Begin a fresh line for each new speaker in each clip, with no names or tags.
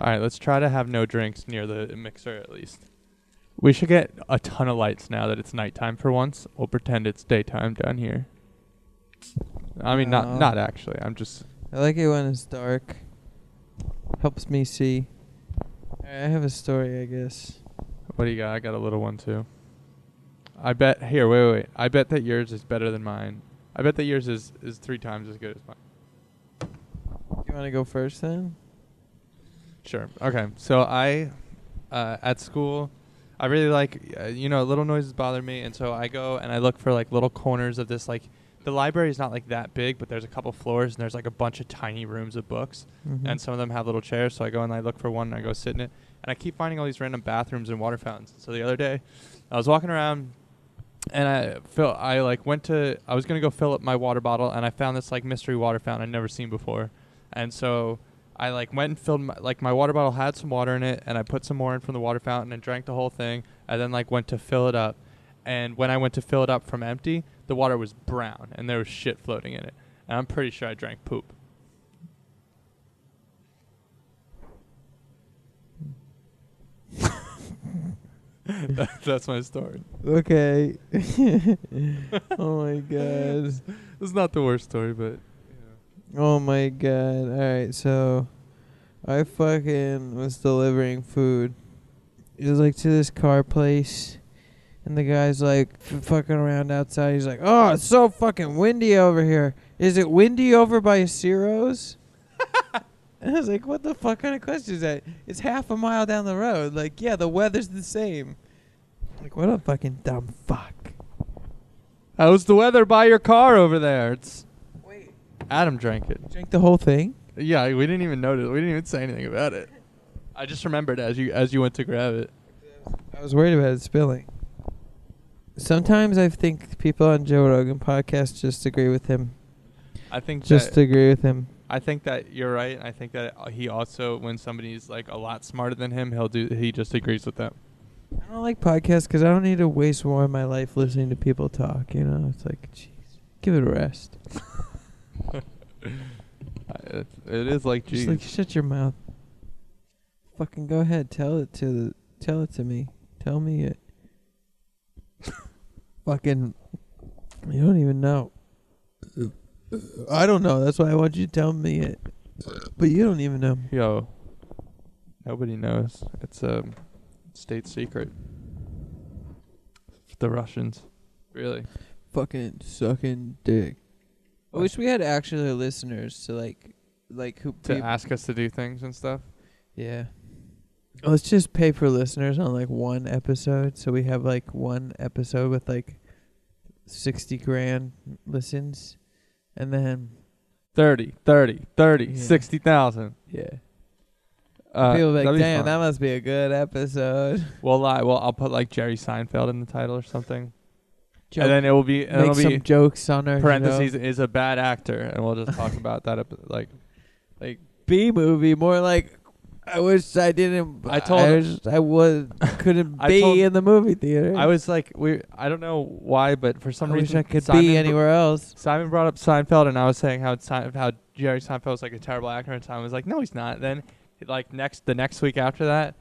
All right, let's try to have no drinks near the mixer at least. We should get a ton of lights now that it's nighttime for once. We'll pretend it's daytime down here. I mean,
No.
not not actually. I'm just
I like it when it's dark. Helps me see. Alright, I have a story, I guess.
What do you got? I got a little one too. I bet here, wait, wait, wait. I bet that yours is better than mine. I bet that yours is, is three times as good as mine.
You want to go first then?
Sure. Okay. So I, uh, at school, I really like, uh, you know, little noises bother me, and so I go and I look for like little corners of this like. The library is not like that big, but there's a couple floors and there's like a bunch of tiny rooms of books, and some of them have little chairs. So I go and I look for one and I go sit in it, and I keep finding all these random bathrooms and water fountains. So the other day, I was walking around, and I fill. I like went to. I was gonna go fill up my water bottle, and I found this like mystery water fountain I'd never seen before, and so I like went and filled my, like my water bottle had some water in it, and I put some more in from the water fountain and drank the whole thing, and then like went to fill it up, and when I went to fill it up from empty, the water was brown and there was shit floating in it, and I'm pretty sure I drank poop. That- That's my story.
Okay. oh my god.
It's not the worst story, but
Oh my god. Alright, so I fucking was delivering food. It was like to this car place. And the guy's like f- fucking around outside. He's like, oh, it's so fucking windy over here. Is it windy over by Ciro's? and I was like, what the fuck kind of question is that? It's half a mile down the road. Like, yeah, the weather's the same. Like, what a fucking dumb fuck.
how's the weather by your car over there? It's
Wait,
Adam drank it.
drink the whole thing?
Yeah, we didn't even notice. We didn't even say anything about it. I just remembered as you as you went to grab it.
I was worried about it spilling. Sometimes I think people on Joe Rogan podcast just agree with him.
I think
Just
that,
agree with him.
I think that you're right. and I think that uh, he also when somebody's like a lot smarter than him, he'll do he just agrees with them.
I don't like podcasts because I don't need to waste more of my life listening to people talk. You know, it's like, jeez, give it a rest.
It, it is like
Just
geez.
like shut your mouth. Fucking go ahead, tell it to the, tell it to me. Tell me it. Fucking, you don't even know. I don't know. That's why I want you to tell me it. But you don't even know.
Yo, nobody knows. It's a state secret. The Russians, really.
fucking sucking dick. I wish we had actually listeners to like, like who
to
peop-
ask us to do things and stuff.
Yeah. Let's just pay for listeners on like one episode, so we have like one episode with like sixty grand listens, and then
30, 30, 30,
Yeah.
60,000.
yeah,
Uh,
people be
that'd
like,
be
damn,
fun.
that must be a good episode.
We'll lie. Well, I'll put like Jerry Seinfeld in the title or something,
Joke.
and then it will be and
make
it'll
some
be
jokes on our
parentheses is a bad actor, and we'll just talk about that. epi- Like, like
B movie, more like. I wish I didn't.
I told-
I, wish I was couldn't
I
be
told-
in the movie theater.
I was like, we. I don't know why, but for some
I
reason
wish I could
Simon
be
br-
anywhere else.
Simon brought up Seinfeld, and I was saying how Sein- how Jerry Seinfeld was like a terrible actor, and Simon was like, "No, he's not." Then, like next the next week after that,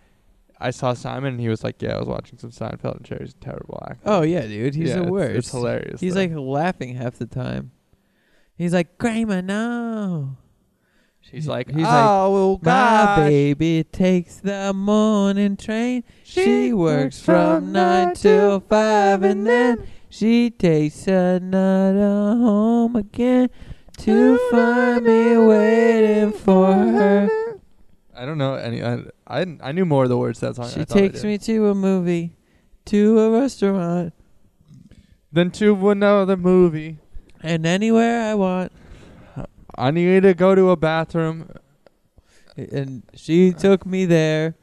I saw Simon, and he was like, "Yeah, I was watching some Seinfeld, and Jerry's a terrible actor."
Oh yeah, dude, he's
Yeah,
the
it's-
worst.
It's, hilarious.
He's
though.
like laughing half the time. He's like Kramer, no.
He's like,
he's like,
oh,
my baby takes the morning train. She, works from nine till five, and then she takes another home again to find me waiting for her.
I don't know any. I, I, didn't- I knew more of the words to that song. than
She
I thought I
takes
did.
me to a movie, to a restaurant,
then to another movie.
and anywhere I want.
I need to go to a bathroom.
and she took me there.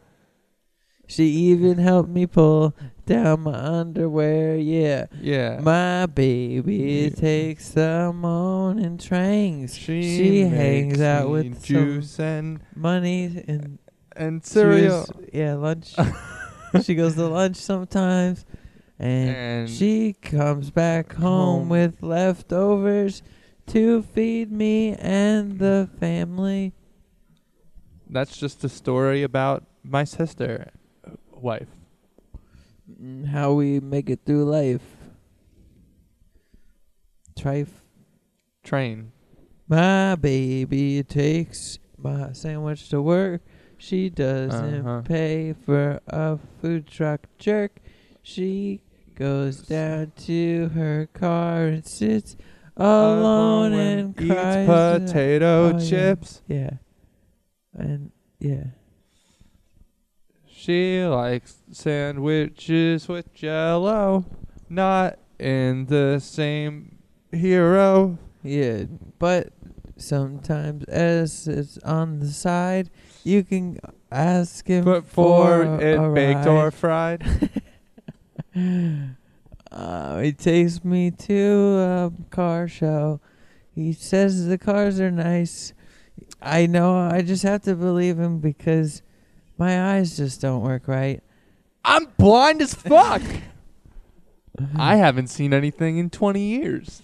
She even helped me pull down my underwear. Yeah,
Yeah.
my baby
Yeah.
takes the morning trains.
she
hangs
makes
out
me
with some-
juice and
Money and
and cereal.
juice. Yeah, lunch. she goes to lunch sometimes, and,
And
she comes back
home.
home with leftovers to feed me and the family.
that's just a story about my sister, uh, wife.
Mm, How we make it through life. Trife.
Train.
My baby takes my sandwich to work. She doesn't
Uh-huh.
pay for a food truck jerk. She goes down to her car and sits alone and
eats
cries.
potato
Oh, yeah.
chips.
Yeah. And yeah.
She likes sandwiches with jello, not in the same hero.
Yeah, but sometimes as it's on the side, you can ask him
Put
for
forward
a, a
it baked or
ride.
fried.
Uh, he takes me to a car show. He says the cars are nice. I know. I just have to believe him because my eyes just don't work right.
I'm blind as fuck. I haven't seen anything in 20 years.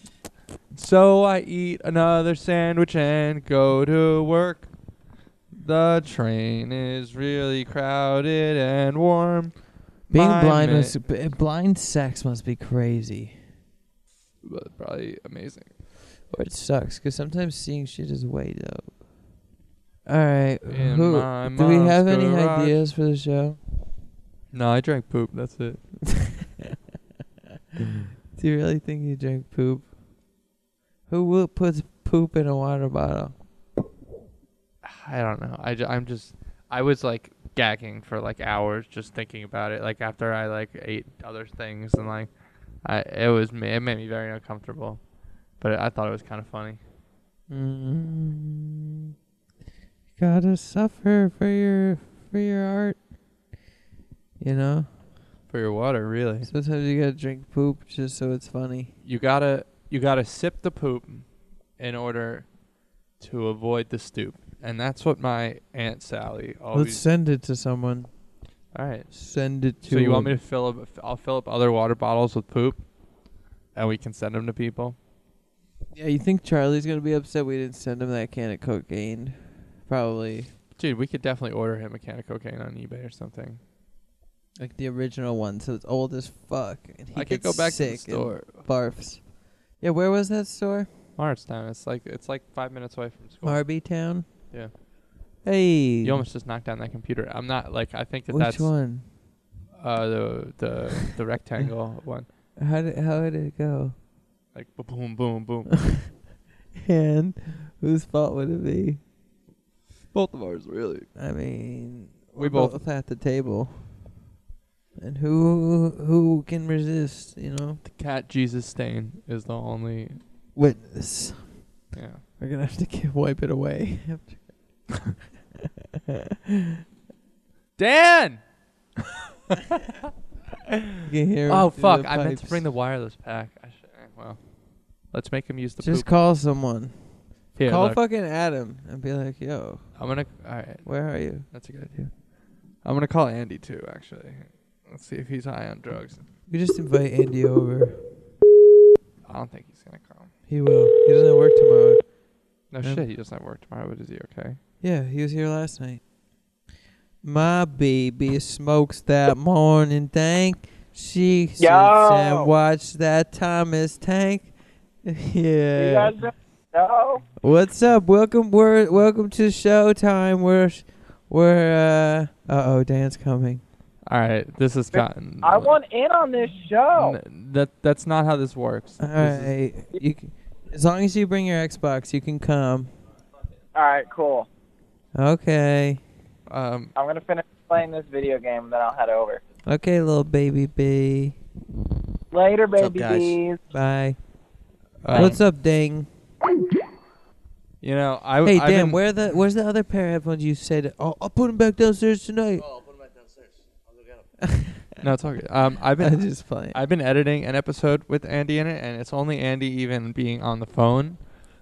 So I eat another sandwich and go to work. The train is really crowded and warm.
Being
My
blind
ma-
must b- blind sex must be crazy.
but probably amazing.
Or it sucks because sometimes seeing shit is way dope. All right,
In
who-
my
do we have
mom's
any
garage.
ideas for the show?
No, I drank poop. That's it.
Do you really think you drink poop? Who will puts poop in a water bottle?
I don't know. I am just I was like gagging for like hours just thinking about it. Like after I like ate other things and like I it was ma- it made me very uncomfortable. But I thought it was kind of funny.
mm Gotta suffer for your for your art. You know,
For your water, really.
sometimes you gotta drink poop just so it's funny.
You gotta you gotta sip the poop in order to avoid the stoop. And that's what my aunt Sally
Let's
always.
send it to someone.
All right.
Send it to.
So you want me to fill up? I'll fill up other water bottles with poop, and we can send them to people.
Yeah, you think Charlie's gonna be upset we didn't send him that can of cocaine? Probably
Dude, we could definitely order him a can of cocaine on eBay or something.
like the original one, so it's old as fuck. And he
I could
gets
go back to the
sick
store.
And barfs. Yeah, where was that store?
Marstown. It's like it's like five minutes away from school.
Marby Town.
Yeah.
Hey.
You almost just knocked down that computer. I'm not like I think that
Which
that's
one?
uh the the the rectangle one.
How did how did it go?
Like ba- boom boom boom.
And whose fault would it be?
both of ours really.
I mean,
We
we're
both-
at the table. And who who can resist? You know,
The cat Jesus stain is the only
witness.
yeah.
We're gonna have to get, wipe it away.
Dan.
you can hear
Oh
it through
fuck!
the
I meant to
pipes.
bring the wireless pack. I should, eh, well, let's make him use the
Just
poop.
call someone.
Here,
call
look.
fucking Adam and be like, "Yo,
I'm gonna. All right.
where are you?"
That's a good idea. I'm gonna call Andy too. Actually, let's see if he's high on drugs.
We just invite Andy over.
I don't think he's gonna come.
He will. He doesn't have work tomorrow.
No
Yeah.
shit, he doesn't have work tomorrow. But is he okay?
Yeah, he was here last night. My baby smokes that morning dank. She sits and
Yo.
watch that Thomas Tank.
You
yeah.
guys don't know?
What's up? Welcome, we're welcome to Showtime. We're sh- we're uh uh oh, Dan's coming.
All right, this has gotten.
I want in on this show.
N- that that's not how this works.
All
This is-
right, you c as long as you bring your Xbox, you can come.
All right, cool.
Okay,
um,
I'm gonna finish playing this video game, and then I'll head over.
okay, little baby bee.
Later,
What's up,
baby
guys?
bees.
Bye.
um,
What's up, Ding?
you know, I.
Hey,
Oh, I've
Dan,
been-
where the where's the other pair of headphones you said? Oh, I'll put them back downstairs tonight.
Oh, I'll put them back downstairs. I'll go get them.
No, it's okay. Um, I've
I'm
been
just playing.
I've been editing an episode with Andy in it, and it's only Andy even being on the phone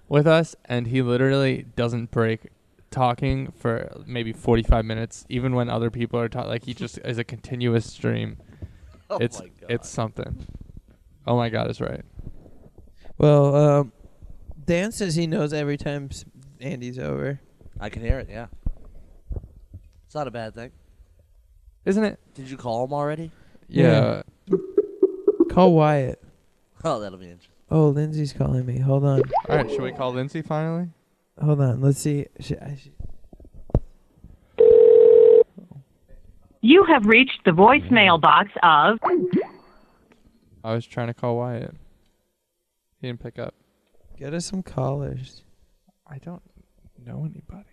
with us, and he literally doesn't break talking for maybe 45 minutes, even when other people are talking. Like he just is a continuous stream.
Oh
it's
my god.
it's something. Oh my god, it's right.
Well, um, Dan says he knows every time s- Andy's over.
I can hear it. Yeah. It's not a bad thing.
Isn't it?
Did you call him already?
Yeah. Call Wyatt.
Oh, that'll be interesting.
Oh, Lindsay's calling me. Hold on.
All right. Should we call Lindsay finally?
Hold on. Let's see. Should, I should,
You have reached the voicemail box of.
I was trying to call Wyatt. He didn't pick up.
get us some collars.
I don't know anybody.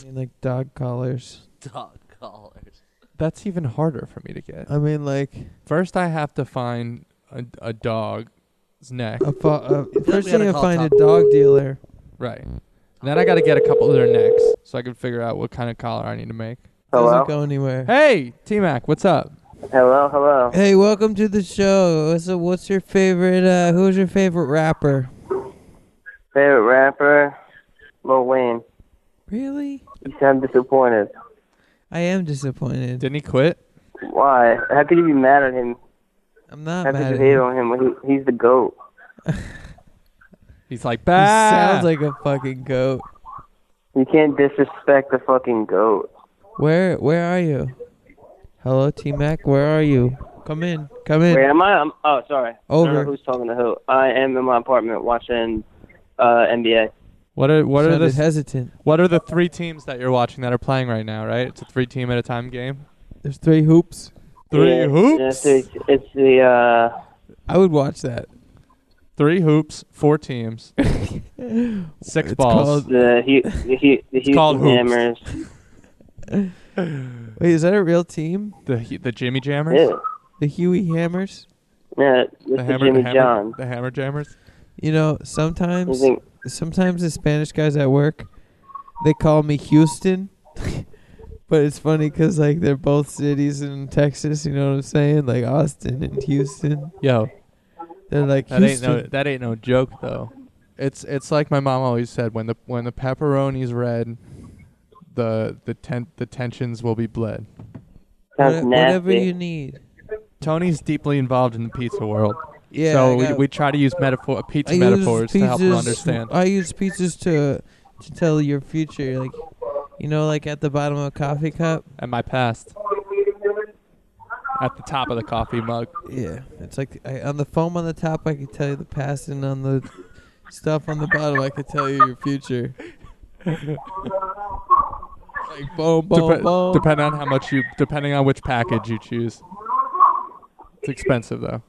I mean, like dog collars.
Dog callers.
That's even harder for me to get.
I mean, like
Uh, First, I have to find a, a dog's neck.
a, fa- uh, first
we
thing
gotta
I
call
find
Tom.
a dog dealer.
Right. Then I got to get a couple of their necks so I can figure out what kind of collar I need to make.
Doesn't
Hello.
go anywhere.
Hey, T Mac, what's up?
Hello. Hello.
Hey, welcome to the show. What's, uh, what's your favorite? Uh, who's your favorite rapper?
Favorite rapper, Lil Wayne.
Really?
You sound disappointed.
I am disappointed.
Didn't he quit?
Why? How could you be mad at him?
I'm not
How
mad.
could
At
you hate
him.
on him? when He, he's the goat.
He's like,
He
bah.
sounds like a fucking goat.
You can't disrespect the fucking goat.
Where Where are you? Hello, T Mac. Where are you? Come in. Come in.
Wait, am I? I'm, oh, sorry. I don't
Over.
know who's talking to who. I am in my apartment watching uh, NBA.
What are what are
Sounded
the
hesitant?
what are the three teams that you're watching that are playing right now? Right, it's a three team at a time game.
There's three hoops.
Three
Yeah,
hoops,
yeah, it's, the- it's the uh,
I would watch that.
three hoops, four teams, six
It's
balls.
called-
the he, the, he, the
called
Houston
hoops.
Hammers.
Wait, is that a real team?
The he- the Jimmy Jammers,
Yeah,
The Huey Hammers?
yeah, it's
the
the,
hammer,
Jimmy
the hammer,
John.
the hammer jammers.
You know,
You
sometimes
think
sometimes the Spanish guys at work, they call me Houston. but it's funny because, like, they're both cities in Texas. You know what I'm saying? Like Austin and Houston.
Yo,
They're like,
that ain't
Houston.
no that ain't no joke though. It's it's like my mom always said when the when the pepperoni's red, the the ten, the tensions will be bled.
sounds
Whate-
nasty.
Whatever you need.
Tony's deeply involved in the pizza world,
Yeah. I
so we,
got-
we try to use metaphor pizza
I use
metaphors to help them
pizzas-
understand.
I use pizzas to to tell your future, like you know, like at the bottom of a coffee cup.
At my past, at the top of the coffee mug.
Yeah, it's like I, on the foam on the top, I could tell you the past, and on the stuff on the bottom, I could tell you your future. like boom, boom,
Dep-
boom.
Depending on how much you, depending on which package you choose. It's expensive though.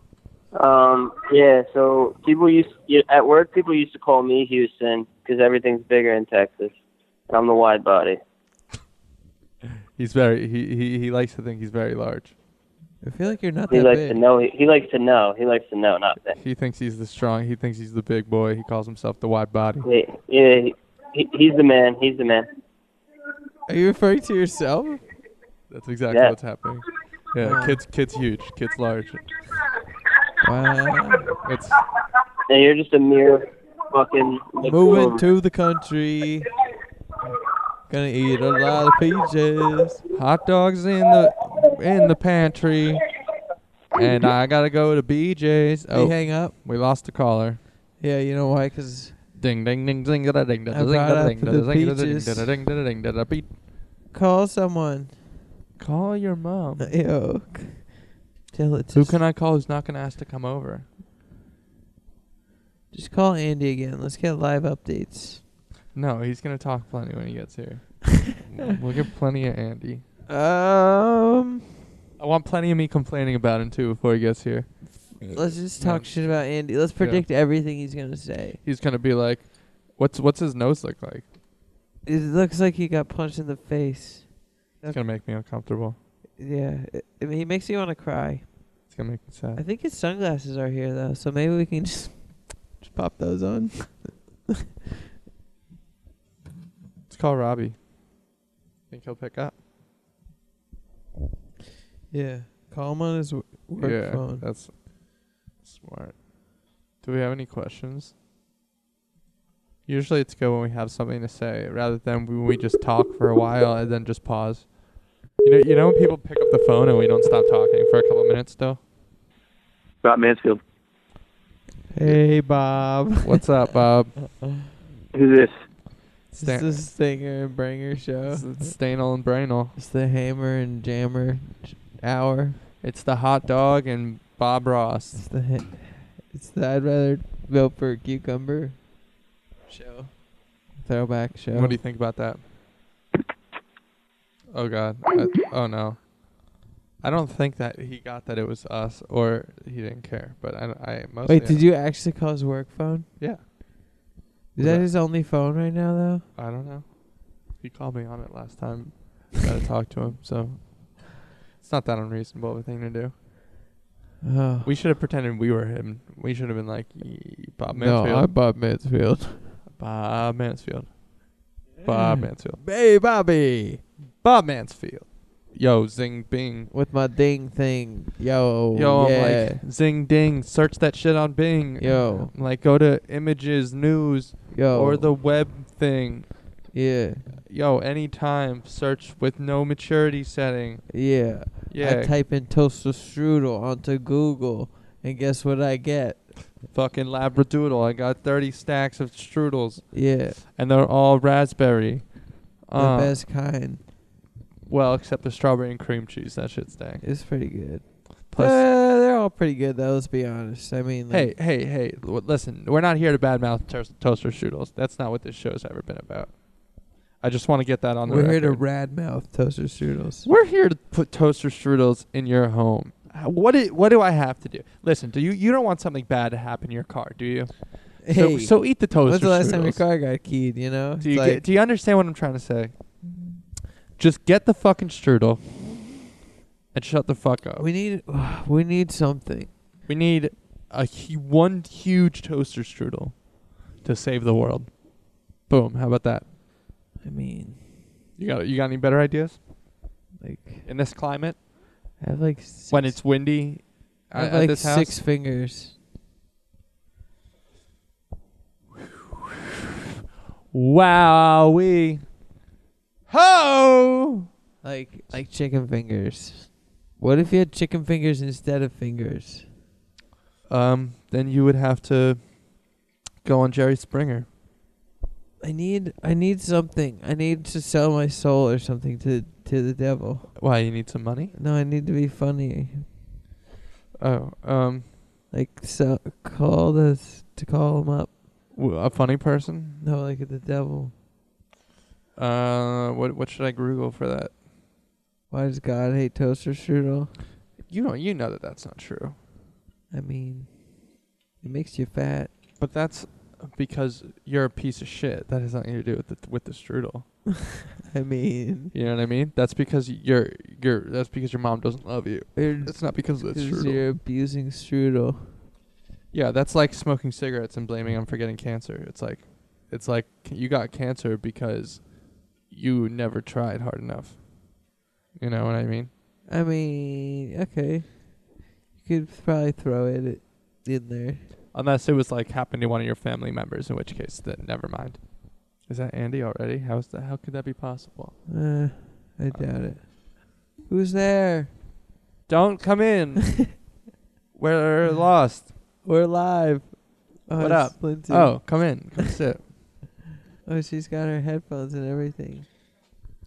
Um, yeah, so people used you- at work. People used to call me Houston because everything's bigger in Texas. And I'm the wide body.
He's very he, he he likes to think he's very large.
I feel like you're not
He
that
likes
big.
to know. He, he likes to know. He likes to know. Not that.
He thinks he's the strong. He thinks he's the big boy. He calls himself the wide body.
He, yeah, he, he, he's the man. He's the man.
Are you referring to yourself?
That's exactly
Yeah.
what's happening. Yeah,
Wow.
kids kids huge, kids large.
Wow.
It's
And you're just a mere fucking.
Moving to the country. Gonna eat a lot of peaches.
hot dogs in the in the pantry, and I gotta go to BJ's.
They
Oh,
hang up.
we lost the caller.
Yeah, you know why? Because
Ding ding ding ding da da ding da da
I
ding
brought
da
up
ding da
the
da ding da da ding
peaches.
da da ding da da ding da da beat.
call someone.
Call your mom.
Yo. Tell it to
Who
s-
can I call who's not going to ask to come over?
just call Andy again. Let's get live updates.
No, he's going to talk plenty when he gets here. we'll get plenty of Andy. Uh,
Um
I want plenty of me complaining about him too before he gets here.
let's just
No.
talk shit about Andy. Let's predict everything he's gonna say.
He's going to be like, "What's what's his nose look like?"
It looks like he got punched in the face.
It's going to make me uncomfortable.
Yeah. it- I mean, he makes me want to cry.
It's going to make me
I
sad.
think his sunglasses are here though, so maybe we can just just pop those on.
Let's call Robbie. Think he'll pick up?
Yeah. Call him on his w- work
yeah, Uh,
phone.
that's smart. Do we have any questions? Usually it's good when we have something to say rather than when we just talk for a while and then just pause. You know, you know when people pick up the phone and we don't stop talking for a couple minutes still?
Scott Mansfield.
Hey Bob.
What's up, Bob?
Who's this?
It's
It's
Stan-
the Stinger and Bringer show.
it's Stanel and Brainel.
It's the Hammer and Jammer j- hour.
It's the hot dog and Bob Ross.
It's the hit. It's the I'd rather vote for a cucumber show. Throwback show.
What do you think about that? Oh God! I, oh no! I don't think that he got that it was us, or he didn't care. But I, I mostly.
Wait, did you actually call his work phone?
Oh, Yeah.
Is
Was
that
that-
his only phone right now, though?
I don't know. He called me on it last time. Got to talk to him, so it's not that unreasonable of a thing to do.
Oh.
We should have pretended we were him. We should have been like "Ye- Bob
no,
Mansfield.
I'm Bob Mansfield.
Bob Mansfield. Bob Mansfield.
Hey, Bobby.
Bob Mansfield. Yo, zing bing.
With my ding thing. Yo.
Yo,
yeah.
I'm like zing ding. Search that shit on Bing.
Yo.
I'm like go to images, news,
Yo.
or the web thing.
Yeah.
Yo, anytime search with no maturity setting.
Yeah.
Yeah,
I type in toaster strudel onto Google, and guess what I get?
fucking labradoodle. I got 30 stacks of strudels,
Yeah.
and they're all raspberry. Uh,
the best kind.
Well, except the strawberry and cream cheese. That shit's dank.
It's pretty good.
Plus,
Uh, they're all pretty good, though, let's be honest. I mean, like,
hey, hey, hey! l- Listen, we're not here to badmouth toast toaster strudels. That's not what this show's ever been about. I just want to get that on the
we're
record.
here to rad mouth toaster strudels.
We're here to put toaster strudels in your home. How- What do, what do I have to do? Listen, do you you don't want something bad to happen to your car, do you?
Hey,
so, so eat the toaster.
when's the last time your
strudels.
car got keyed, you know?
Do
It's
you
like,
get, do you understand what I'm trying to say? Just get the fucking strudel and shut the fuck up.
we need we need something.
We need a hu- one huge toaster strudel to save the world. Boom! How about that?
I mean,
You got you got any better ideas
like
in this climate
I have like six,
when it's windy?
I have
at
like
this house?
six fingers.
Wowee. Ho!
Like like chicken fingers. What if you had chicken fingers instead of fingers?
Um, then you would have to go on Jerry Springer.
I need I need something. I need to sell my soul or something to to the devil.
Why, you need some money?
No, I need to be funny.
Oh, um,
Like so call this to call him up.
w- a funny person?
No, like the devil.
Uh, what what should I Google for that?
Why does God hate toaster strudel?
You don't, you know that that's not true.
I mean, it makes you fat.
But that's because you're a piece of shit. That has nothing to do with the, with the strudel.
I mean,
You know what I mean? That's because you're you're. That's because your mom doesn't love you.
you're,
It's not because of the
'cause
strudel.
you're abusing strudel.
Yeah, that's like smoking cigarettes and blaming them for getting cancer. It's like, it's like c- you got cancer because you never tried hard enough. You know what I mean?
I mean, okay. You could probably throw it at- in there.
Unless it was like happened to one of your family members, in which case, then never mind. Is that Andy already? How is that? How could that be possible?
Uh, I doubt it. Who's there?
Don't come in. We're lost.
We're live. Oh,
What
it's
up?
Lindsay.
Oh, come in. Come sit.
Oh, she's got her headphones and everything.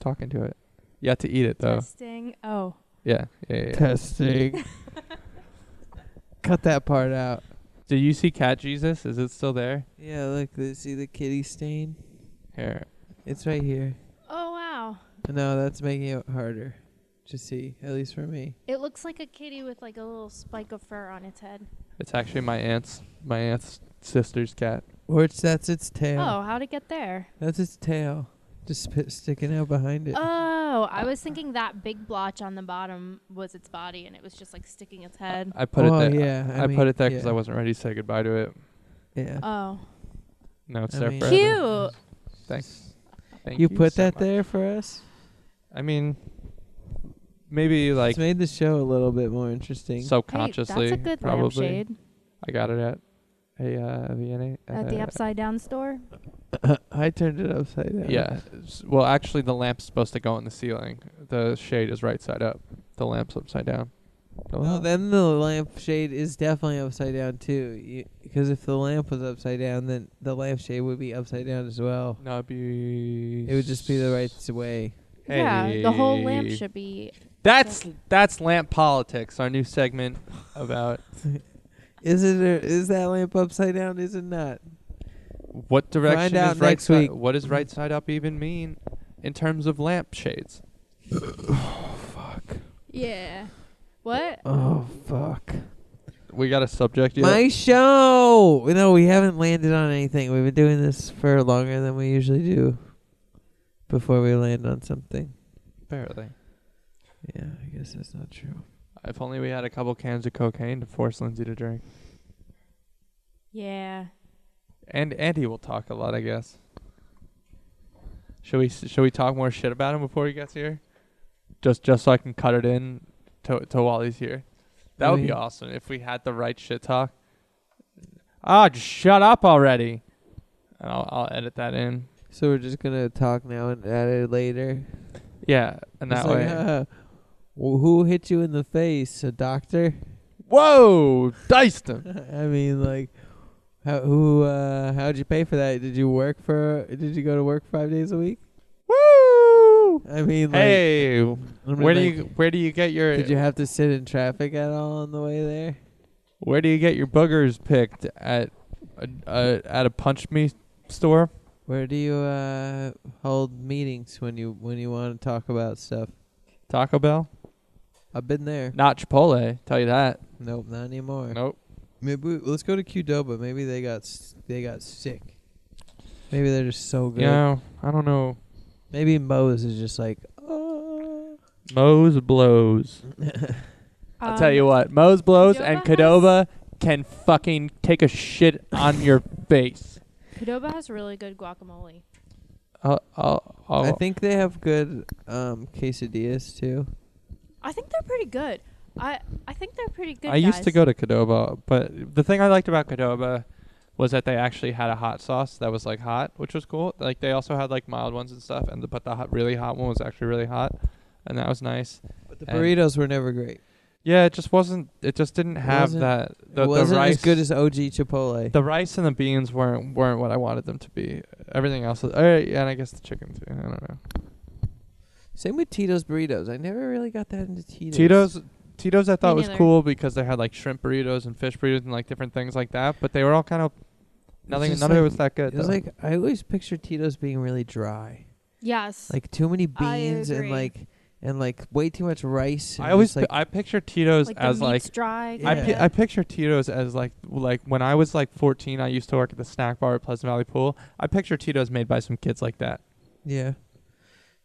Talking to it. You have to eat it though.
Testing. Oh.
Yeah. Yeah. yeah, yeah.
Testing. Cut that part out.
Do you see Cat Jesus? Is it still there?
Yeah, look, the- see the kitty stain?
Here.
It's right here.
Oh wow.
No, that's making it harder to see, at least for me.
It looks like a kitty with like a little spike of fur on its head.
It's actually my aunt's my aunt's sister's cat.
Or it's that's its tail.
Oh, how'd it get there?
That's its tail, just p- sticking out behind it.
Oh, I was thinking that big blotch on the bottom was its body, and it was just like sticking its head.
I put
Oh,
it there.
yeah,
I,
I
I put
mean,
it there because
yeah.
I wasn't ready to say goodbye to it.
yeah.
Oh,
No, it's
I
there
mean-
forever.
cute.
Thanks. Thank
You, put
so
that
much.
there for us.
I mean, maybe like
it's made the show a little bit more interesting.
Hey,
subconsciously,
that's a good
probably.
lampshade
I got it at a uh, VNA.
at the
uh,
upside down store.
I turned it upside down.
Yeah. S- Well, actually, the lamp's supposed to go on the ceiling. The shade is right side up. The lamp's upside down.
Well, then the lampshade is definitely upside down too, because if the lamp was upside down, then the lampshade would be upside down as well.
No, it'd be.
It would just be the right way.
Yeah, the whole lamp
Hey.
should be.
That's that's lamp politics. Our new segment about
Is it? Or is that lamp upside down? Is it not?
what direction
Find
is
out
right
next
si-
week.
What does right side up even mean in terms of lamp shades?
Yeah. What?
Oh fuck!
We got a subject yet?
My show. No, we haven't landed on anything. We've been doing this for longer than we usually do. Before we land on something.
Apparently.
Yeah, I guess that's not true.
If only we had a couple cans of cocaine to force Lindsay to drink.
Yeah.
And Andy will talk a lot, I guess. Should we should we talk more shit about him before he gets here? Just just so I can cut it in to to while he's here. That would be
We-
awesome if we had the right shit talk. Ah, just shut up already. And I'll I'll edit that in.
So we're just gonna talk now and add it later.
Yeah, and
It's
that
like,
way.
uh, wh- who hit you in the face, a doctor?
Whoa, diced him.
I mean, like, how who? Uh, how'd you pay for that? Did you work for? Did you go to work five days a week?
Woo!
I mean, like,
Hey,
I mean,
where do
like,
you where do you get your
Did you have to sit in traffic at all on the way there?
Where do you get your boogers picked at a, a, at a punch me store?
Where do you uh, hold meetings when you when you want to talk about stuff?
Taco Bell?
I've been there.
Not Chipotle, tell you that.
Nope, not anymore.
Nope.
Maybe we, let's go to Qdoba. Maybe they got s- they got sick. Maybe they're just so good.
You know, I don't know.
Maybe Moe's is just like, oh.
Moe's blows. I'll tell
Um,
you what, Moe's blows and
Qdoba
Cadova can fucking take a shit on your face.
Qdoba has really good guacamole.
I'll, I'll, I'll,
I think they have good um, quesadillas too.
I think they're pretty good. I I think they're pretty good.
I used to
guys.
go to Cadova, but the thing I liked about Cadova was that they actually had a hot sauce that was like hot, which was cool. Like they also had like mild ones and stuff, and the, but the hot, really hot one was actually really hot, and that was nice.
But the
And-
burritos were never great.
Yeah, it just wasn't. It just didn't have
wasn't-
that. The,
it wasn't
the rice,
as good as OG Chipotle.
the rice and the beans weren't weren't what I wanted them to be. Everything else, was, uh, yeah, and I guess the chicken too. I don't know.
Same with Tito's burritos. I never really got that into Tito's.
Tito's. Tito's I thought was
neither.
cool because they had like shrimp burritos and fish burritos and like different things like that, but they were all kind of nothing.
just
None of it
like-
was that good.
It was
though.
like I always picture Tito's being really dry,
Yes.
like too many
I
beans and
agree.
like and like way too much rice. and
I always
just, like
pi- I picture Tito's
Like
as
the
like
meat's dry.
I,
Yeah.
pi- I picture Tito's as like like when I was like 14, I used to work at the snack bar at Pleasant Valley Pool. I picture Tito's made by some kids like that.
yeah,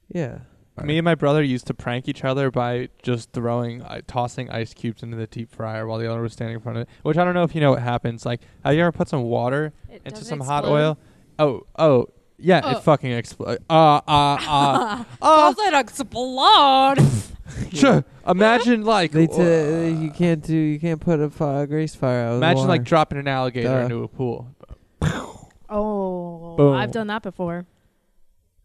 yeah.
Me and my brother used to prank each other by just throwing, uh, tossing ice cubes into the deep fryer while the other was standing in front of it. Which I don't know if you know what happens. Like, have you ever put some water
It
into
doesn't
some hot
explode.
oil? Oh, oh, yeah,
Oh.
it fucking explodes. Uh, uh, uh. uh
Doesn't explode.
sure. Imagine like
They
uh,
t- you can't do you can't put a fi- grease fire out. of the
imagine like
water.
dropping an alligator
Duh.
into a pool.
Oh,
Boom.
I've done that before.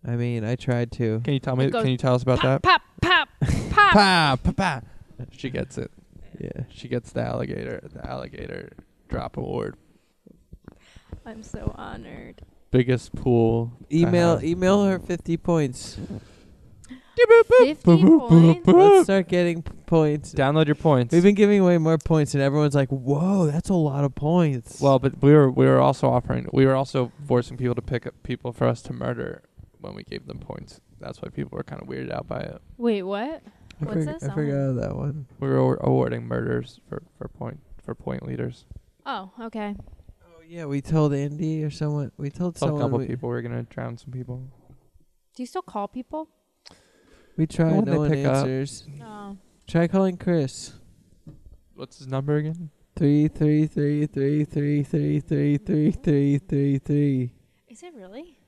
I mean, I tried to.
Can you tell me?
It goes
Can you tell us about that?
Pop, pop, pop.
Pa, pa, pa. She gets it.
Yeah.
She gets the alligator. The alligator drop award.
I'm so honored.
Biggest pool.
Email
Uh-huh.
email her fifty points.
50 points.
Let's start getting p- points.
Download your points.
We've been giving away more points, and everyone's like, "Whoa, that's a lot of points."
well, but we were we were also offering we were also forcing people to pick up people for us to murder when we gave them points. That's why people were kind of weirded out by it.
Wait, what?
I,
what's
forg-
this
I
on?
forgot that one.
We were awarding murders for for point for point leaders.
Oh, okay.
Oh yeah, we told Andy or someone. We
Told
told
a
someone.
couple
we,
people we were gonna drown some people.
Do you still call people?
we
one
tried.
they
No one
pick up.
answers.
No.
Try calling Chris.
What's his number again?
Three three three three three three three three three three three.
Is it really?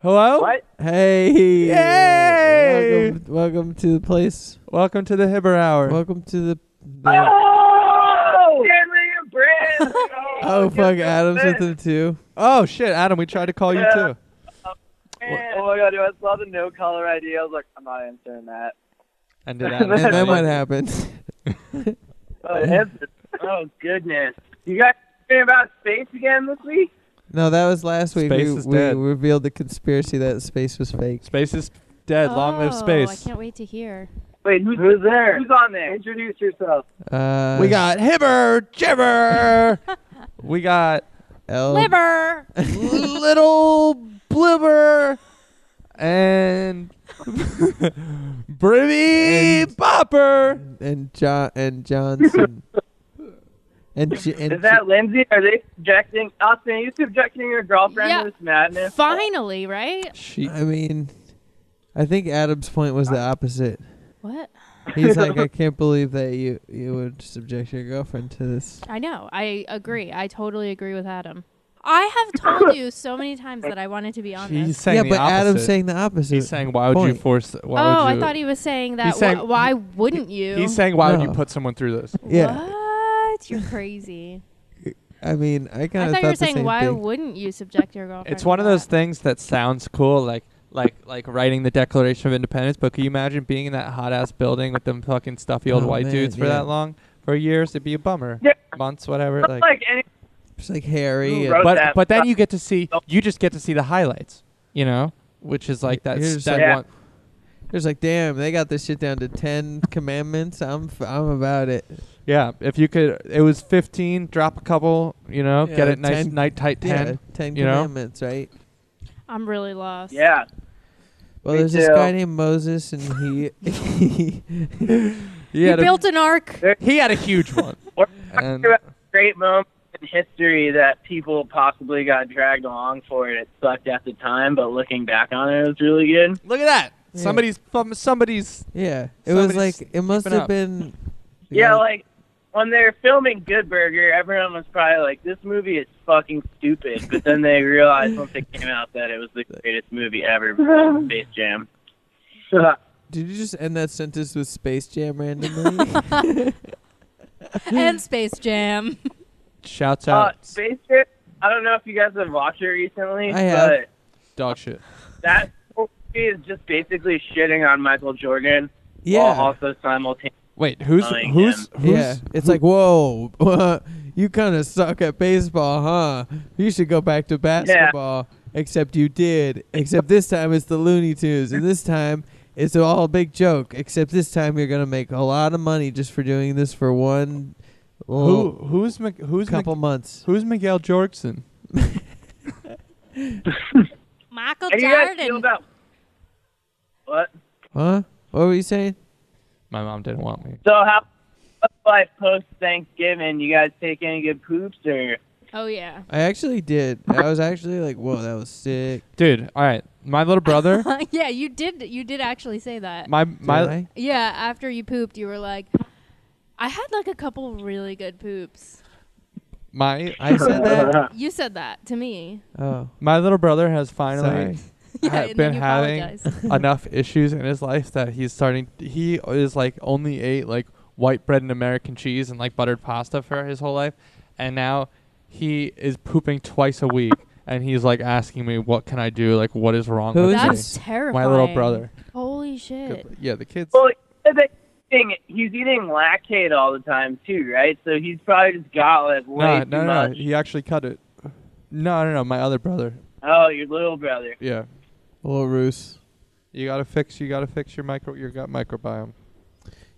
Hello.
What?
Hey!
Yay!
Welcome, welcome to the place.
Welcome to the Hibber Hour.
Welcome to the. the
Oh, give me a break. Oh,
oh fuck, Adams with him too.
oh shit, Adam, we tried to call you too.
Oh my god, yo, I saw the no collar ID. I was like, I'm not answering that.
And did Adam
And
say-
then what happened?
Oh, answered.
Oh goodness! You guys hearing about space again this week?
no, that was last week.
Space
we,
is
we
dead.
revealed the conspiracy that space was fake.
Space is dead. Long live
Oh, I
space.
can't wait to hear.
Wait, who's, who's there? Who's on there? Introduce yourself.
Uh,
We got Hibber Jibber. we got Um,
L-
Liver.
Little Blibber and Bribby
And-
Bopper.
and John and Johnson. and J- and
Is that Lindsay? Are they subjecting Austin? Are you subjecting your girlfriend
Yeah.
to this madness?
Finally, right?
She,
I mean, I think Adam's point was the opposite.
What?
He's like, I can't believe that you you would subject your girlfriend to this.
I know. I agree. I totally agree with Adam. I have told you so many times that I wanted to be on
he's
this.
saying
yeah,
the
but Adam's
opposite.
saying the opposite.
he's saying, "Why would
point.
you force? Why
oh,
would
I
you,
thought he was saying that.
He's saying-
wh- why wouldn't you?
He's saying, "Why would you
No.
put someone through this?"
Yeah,
What? You're crazy.
I mean, I
I
kind of
thought you were
the
saying,
same
why
thing.
wouldn't you subject your girlfriend?
It's one
to
of those
that?
things that sounds cool, like like like writing the Declaration of Independence. But can you imagine being in that hot ass building with them fucking stuffy old
Oh,
white
man,
dudes for
yeah.
that long, for years? It'd be a bummer.
Yeah.
Months, whatever.
Like,
Like,
any,
It's like Harry.
Ooh,
and-
wrote
but
that.
but then you get to see you just get to see the highlights, you know, which is like
You're
that's
just
that
like-
one.
It's like, damn, they got this shit down to ten commandments. I'm f- I'm about it.
Yeah, if you could, it was fifteen. Drop a couple, you know,
Yeah,
get it nice,
10
night tight ten.
Yeah, ten
you know?
commandments, right?
I'm really lost.
yeah.
Well,
Me
there's this
too.
guy named Moses, and he he,
He
You
had a-
built an ark.
he had a huge one.
Or-
and
Great moment in history that people possibly got dragged along for, and it sucked at the time. But looking back on it, it was really good.
look at that.
Yeah.
Somebody's somebody's
yeah, it was
Somebody's
like it must
keeping
have
up.
been
Yeah, like when they're filming Good Burger, everyone was probably like, "This movie is fucking stupid," but then they realized once it came out that it was the greatest movie ever, Space Jam.
Did you just end that sentence with Space Jam randomly?
and Space Jam.
shouts
Uh,
out
Space Jam. I don't know if you guys have watched it recently,
I have.
but
dog shit.
that movie is just basically shitting on Michael Jordan while
yeah.
also simultaneously.
Wait, who's
Nottingham.
who's uh, who's?
Yeah. It's like, whoa, you kind of suck at baseball, huh? You should go back to basketball. Except you did. Except this time it's the Looney Tunes. And this time it's all a big joke. Except this time you're going to make a lot of money just for doing this for one
who
little
who's Mc, who's Mc,
couple months.
who's Miguel Jorkson?
Michael
How do you guys feel
Jordan.
about what?
Huh? What were you saying?
My mom didn't want me.
So how like post Thanksgiving, you guys take any good poops or
Oh yeah.
I actually did. I was actually like, whoa, that was sick.
Dude, all right. My little brother,
yeah, you did. You did actually say that.
my
Did
my
I?
yeah, after you pooped, you were like, I had like a couple really good poops.
my
I said that?
You said that to me.
Oh.
my little brother has finally
Sorry.
Yeah,
I've been
and then you
having-
apologized.
enough issues in his life that he's starting. He is like only ate like white bread and American cheese and like buttered pasta for his whole life, and now he is pooping twice a week. And he's like asking me, "What can I do? Like, what is wrong
Who
with
is
me?"
That's terrifying.
My little brother.
Holy shit.
Yeah, the kids.
Well, he said that he's eating- he's eating lactate all the time too, right? So he's probably just got like way
No,
too
no, no,
much.
no. He actually cut it. No, no, no. My other brother.
Oh, your little brother.
Yeah.
Little Roos.
You gotta fix. You gotta fix your micro. Your gut microbiome.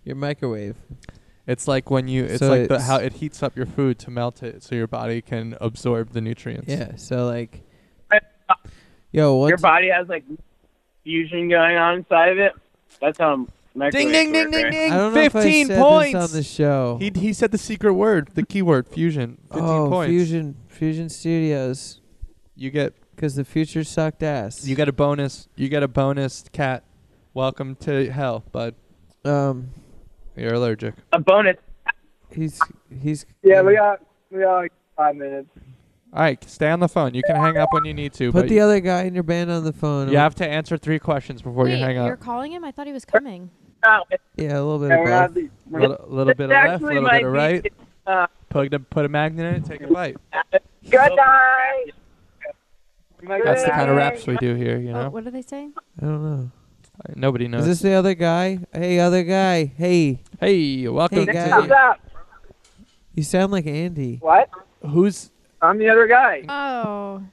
Your microwave.
It's like when you. It's
So
like the,
it's-
how it heats up your food to melt it, so your body can absorb the nutrients.
Yeah. So like,
Uh,
yo,
Your
what's
body has like fusion going on inside of it. That's how
Ding, ding,
microwaves
ding,
work,
ding,
right?
ding.
I don't know if I
15
said
points.
this on the show.
He he said the secret word, the keyword fusion. Fifteen
oh,
points.
Fusion Fusion Studios,
You get
because the future sucked ass.
you get a bonus. You get a bonus cat. Welcome to hell, bud.
um,
You're allergic.
A bonus.
he's he's
got we got like five minutes.
All right, stay on the phone. You can hang up when you need to,
Put
but
the other guy in your band on the phone.
you have to answer three questions before you
Wait,
hang
you're
up.
calling him? I thought he was coming.
Oh, it's-
yeah, a little bit.
we're
Of
not
both.
the-
A
we're-
little, little bit of left, a
actually
little
might
bit of
be-
right.
uh,
Put a, put a magnet in it. Take a bite.
Good night.
Like,
That's the
"Yeah,
kind of
yeah,
raps we do here, you
Oh,
know.
what are they saying?
I don't know.
Nobody knows.
Is this the other guy? Hey, other guy. Hey,
hey, welcome
Hey,
to
guys.
What's up?
you sound like Andy.
What?
who's
I'm the other guy.
Oh.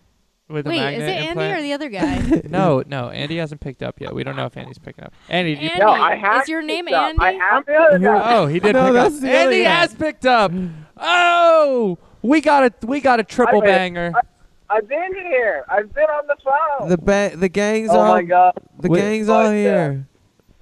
with the
Wait, is
magnet
it Andy
implant?
or the other guy?
No, no, Andy hasn't picked up yet. We don't know if Andy's picking up. Andy, did you
Andy,
No, I have.
is your name
picked up.
Andy?
I am the other guy.
Oh, he did
No,
pick
that's
up.
the other
Andy
guy.
has picked up. Oh, we got a we got a triple
I bet.
banger.
I've been here. I've been on the phone.
The ba- the gang's
oh
all
my god.
the
Wait.
gang's all
What the-
here.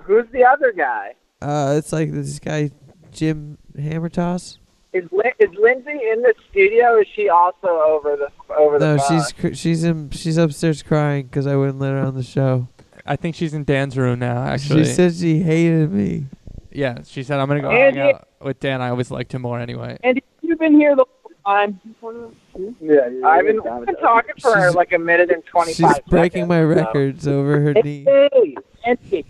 Who's the other guy?
Uh, it's like this guy Jim Hammer Toss.
Is Lin- is Lindsay in the studio? Is she also over the over the
No,
phone?
she's cr- she's in she's upstairs crying because I wouldn't let her on the show.
I think she's in Dan's room now. Actually,
She said she hated me.
yeah, she said I'm gonna go
Andy-
hang out with Dan. I always liked him more anyway.
Andy, you've been here the whole time.
Yeah, yeah,
I've been,
yeah.
I've been talking for
She's-
like a minute and twenty
She's
five.
breaking my records over her knee.
Hey, Andy.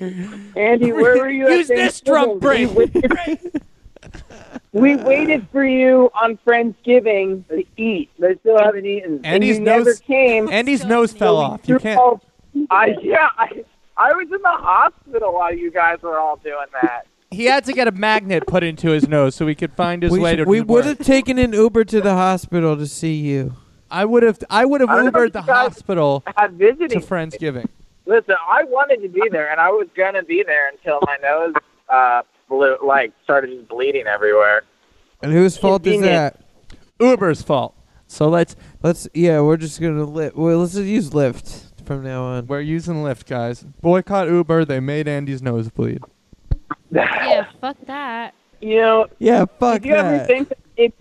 Andy, where were you? at
Use this
Thanksgiving?
drum break.
We waited- We waited for you on Friendsgiving to eat. They still haven't eaten.
Andy's
and you never
nose-
came.
Andy's
So
nose
mean.
fell off. You can't.
Oh, I yeah. I, I was in the hospital while you guys were all doing that.
He had to get a magnet put into his nose so he could find his
we
way to. work.
would have taken an Uber to the hospital to see you.
I would have. I would have
I don't know if
Ubered
you
the
guys-
hospital
I had
to
visiting.
Friendsgiving.
Listen, I wanted to be there, and I was gonna be there until my nose uh blew, like started just bleeding everywhere.
And whose fault is
Convenient.
that?
Uber's fault. So let's.
Let's yeah, we're just gonna lift. Well, let's just use Lyft from now on.
We're using Lyft, guys. Boycott Uber. They made Andy's nose bleed.
yeah, fuck that.
You know,
Yeah, fuck
Do you ever
that.
think that it,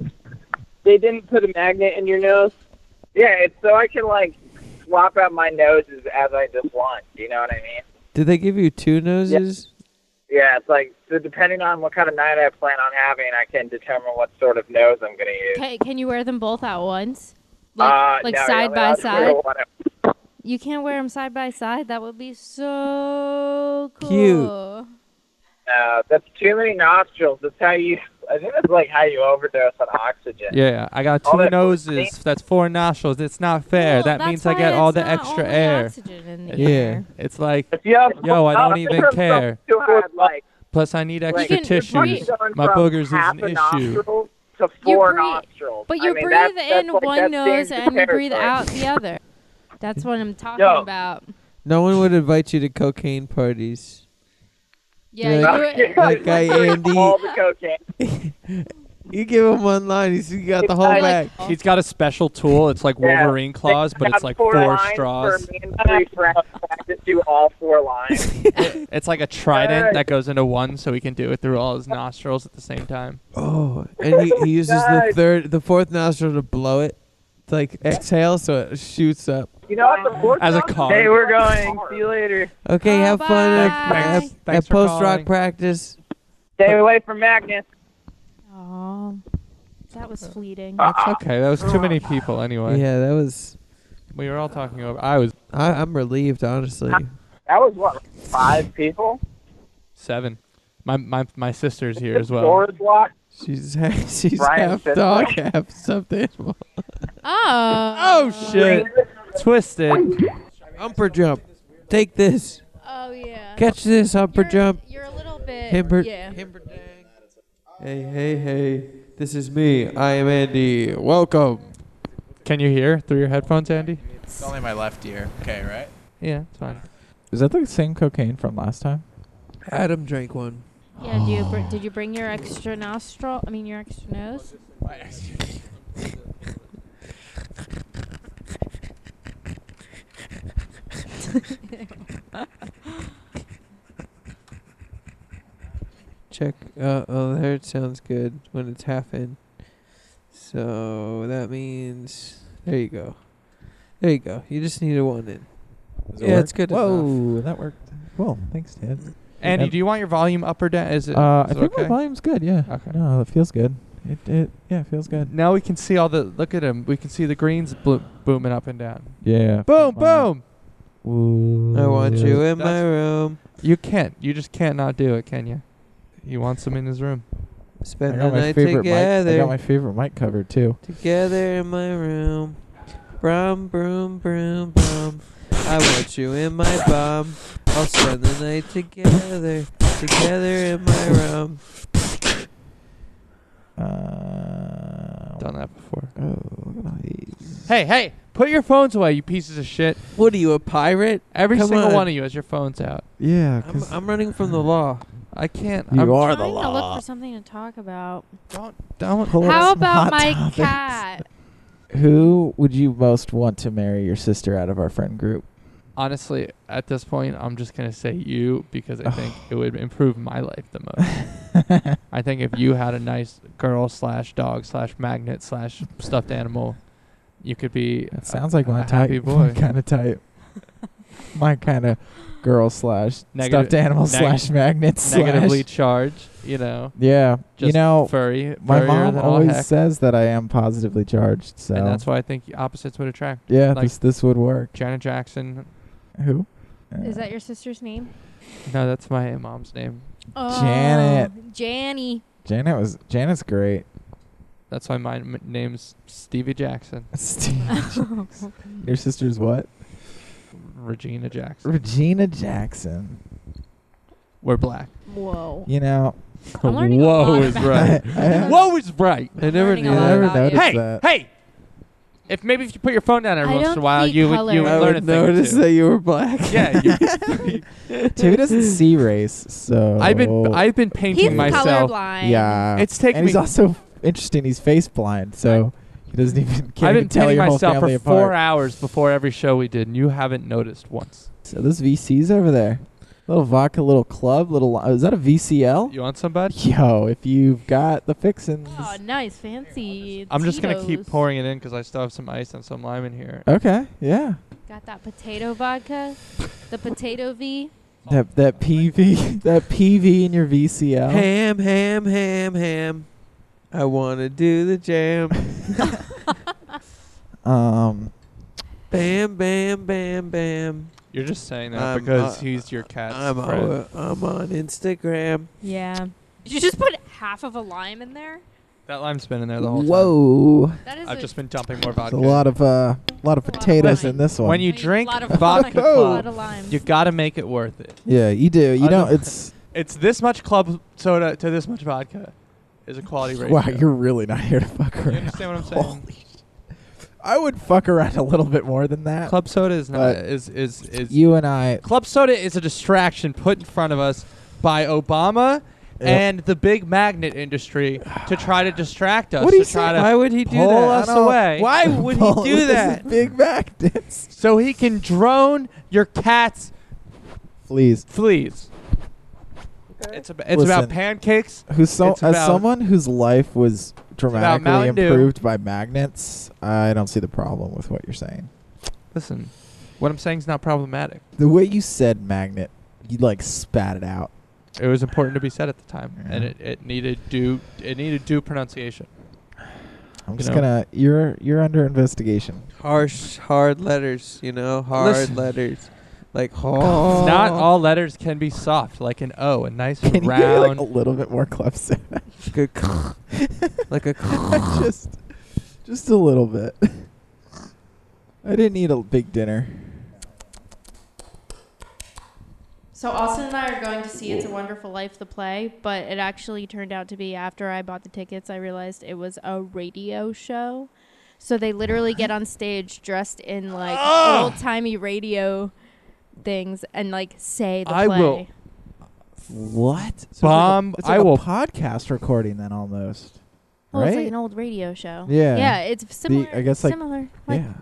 they didn't put a magnet in your nose? Yeah, it's so I can like swap out my noses as I just want. You know what I mean?
Did they give you two noses?
Yeah, it's like so depending on what kind of night I plan on having, I can determine what sort of nose I'm gonna use.
Can, can you wear them both at once? Like,
Uh,
like
no, you're
side
only
by
allowed to wear
side?
one at-
You can't wear them side by side. That would be so cool.
Cute.
No, Uh, that's too many nostrils. That's how you. I think that's like how you overdose on oxygen.
Yeah, I got
All
two
that-
noses. That's four nostrils. It's not fair.
Cool,
that
that's
means I
why
get all
it's
the
not
extra
only
air.
oxygen in the
Yeah.
air.
It's like
If you have
Yo, I don't
I'm
even
sure some
care.
who had, like,
plus I need extra
can-
tissues.
breathe-
going
My
from
boogers is
half
an
a
issue.
nostril To
You
four
breathe-
nostrils.
But
I
you
mean,
breathe
that's- that's
in
like-
one
that's
nose
dangerous
and you breathe
territory.
out the other. That's what I'm talking
Yo.
about.
No one would invite you to cocaine parties.
Yeah,
Like-
you,
That guy Andy,
All the cocaine.
you give him one line, he's he got the whole
I
back.
like-
He's got a special tool. It's like
Yeah.
Wolverine claws, but it's like
four,
four
lines
straws.
For me and three friends to do all four lines.
It's like a trident
Alright.
that goes into one, so he can do it through all his nostrils at the same time.
Oh, and he, he uses the
Guys.
third, the fourth nostril to blow it, to like exhale, so it shoots up.
You know what? The fourth
As a
song-
card. Hey, we're
going. See you later.
Okay,
Oh,
have fun at,
bye.
at,
Thanks- thanks
at
for
post rock
calling.
practice.
Stay away from Magnus.
Aw, that was fleeting.
Uh. Ah.
That's okay. That was too many people anyway.
Yeah, that was.
We were all talking over. I was
I, I'm relieved, honestly.
That was what five people.
seven. My my my sister's here as well.
Doors locked.
She's ha- she's
Brian
half
Sisko.
dog, half something.
Oh.
Oh shit! Twisted.
Humper jump. Take this.
Oh yeah.
Catch this humper
You're-
jump.
You're a little bit.
Himper.
yeah.
Himper dang. Hey hey hey. This is me. I am Andy. Welcome.
Can you hear through your headphones, Andy?
It's only my left ear. Okay, right?
Yeah, it's fine.
Is that the same cocaine from last time?
Adam drank one.
Yeah. Do you br- did you bring your extra nostril? I mean your extra nose.
Check. Uh oh, there it sounds good when it's half in. So that means there you go. There you go. You just need a one in.
Does it
Yeah,
work?
it's good. enough.
Whoa, that worked. Well, thanks, Ted.
Andy,
Um,
do you want your volume up or down? Is it?
Uh,
is
I
it
think
okay?
my volume's good. Yeah.
Okay.
No, it feels good. It it yeah, it feels good.
Now we can see all the. Look at him. We can see the greens blo- booming up and down.
Yeah.
Boom, boom.
boom.
I want you in my
That's-
room.
You can't. You just can't not do it, can you? You want some in his room.
I
Spend the
got my
night
favorite mic. I
together.
got my favorite mic covered too.
together in my room. Brum, broom, broom, brum. I want you in my bum. I'll spend the night together, together in my room.
Uh,
Done that before.
oh, look at all these.
Hey, hey, put your phones away, you pieces of shit.
What are you, a pirate?
Every
Come
single
on.
one of you has your phones out.
I'm,
Yeah, Uh, 'cause
I'm running from the law.
I can't.
you
I'm,
are the
trying to look
law.
for something to talk about.
Don't, don't.
Pull up
How
some
about
hot
my
topics.
cat?
Who would you most want to marry your sister out of our friend group?
Honestly, at this point, I'm just gonna say you because I think it would improve my life the most. I think if you had a nice girl slash dog slash magnet slash stuffed animal, you could be.
That
a-
sounds like
a
my
happy
type.
boy.
My kind of type. my kind of girl slash
Negative-
stuffed animal
neg-
slash magnet
Negatively
slash.
charged, you know.
Yeah, you
Just
know,
furry.
my
furrier
mom
than all heck.
always says that I am positively charged. So
and that's why I think opposites would attract.
yeah,
like-
this this would work.
Janet Jackson.
Who? Uh,
Is that your sister's name?
No, that's my mom's name.
Janet.
Oh, Janny.
Janet was Janet's great.
That's why my m- name's Stevie Jackson,
your sister's what?
Regina Jackson.
Regina Jackson.
We're black.
Whoa.
You know,
I'm learning a
Whoa
lot
is
about
Oh, right.
I have-
Whoa is right.
I never
learning
knew
a lot
Never
that.
about you.
noticed
Hey,
that.
hey. If maybe if you put your phone down every
I
once in
don't
a while,
see
you would you would
color.
I
learn a
would
thing or
notice
two.
that you were black.
Yeah, you,
Timmy doesn't see race, so
I've
Oh.
been I've been painting
He's
myself.
colorblind.
yeah.
It's taken
and he's
me-
also interesting. He's face blind, so he doesn't even
I've
can't even
been
tell
painting
your whole
myself for
family
four
apart.
hours before every show we did, and you haven't noticed once.
So those VCs over there, little vodka, little club, little li- is that a VCL?
You want somebody?
Yo, if you've got the fixins.
Oh, nice, fancy.
I'm just gonna keep
Tito's.
pouring it in because I still have some ice and some lime in here.
Okay, yeah.
Got that potato vodka, the potato V.
That that PV, that PV in your
Oh.
VCL.
Ham, ham, ham, ham. I wanna do the jam.
Um,
Bam, bam, bam, bam.
You're just saying that
I'm,
because
uh,
he's your cat's
I'm
friend.
on, I'm on Instagram.
Yeah. You just put half of a lime in there.
That lime's been in there the whole time.
whoa,
That is
I've
a
just been dumping more
There's
vodka.
a lot of uh, lot of
That's a lot of
potatoes
wine.
in this one.
When you
a
drink
lot of
vodka,
lime, a lot
club,
of lime.
you gotta make it worth it.
yeah, you do. You
Other-
don't. It's
It's this much club soda to this much vodka is a quality ratio.
wow. You're really not here to fuck
you
around.
understand what I'm saying?
Holy sh- I would fuck around a little bit more than that.
Club soda is not
Uh,
is is is.
you and I.
club soda is a distraction put in front of us by Obama
Yep.
and the big magnet industry to try to distract us.
What do you
to try
say?
to
Why would he do
pull
that?
us
I don't-
away.
Why would he
Paul,
do
this is
that?
Big Mac dance.
So he can drone your cat's
Please.
fleas. It's, ab- it's
Listen.
about pancakes.
Who's so,
It's
as
about-
someone whose life was dramatically
Mountain Dew.
improved by magnets, I don't see the problem with what you're saying.
Listen, what I'm saying is not problematic.
The way you said magnet, you like spat it out.
It was important to be said at the time, and
Yeah.
it, it needed due it needed due pronunciation.
I'm
You
just
know.
gonna. You're you're under investigation.
Harsh, hard letters, you know? Hard
Listen.
letters. Like, hard.
Not all letters can be soft, like an O, a nice
Can you get like
round.
a little bit more club soda?
Like a, like a
just just a little bit. I didn't eat a big dinner.
So Austin and I are going to see It's a Wonderful Life, the play, but it actually turned out to be after I bought the tickets, I realized it was a radio show. So they literally get on stage dressed in like
Ah!
old timey radio things and like say the
I
play.
will-
What? So it's like a-
Bomb-
it's like
I
a
will-
podcast recording then almost.
Well,
right?
Oh, it's like an old radio show.
Yeah.
Yeah, it's similar.
I guess, like-
similar.
yeah.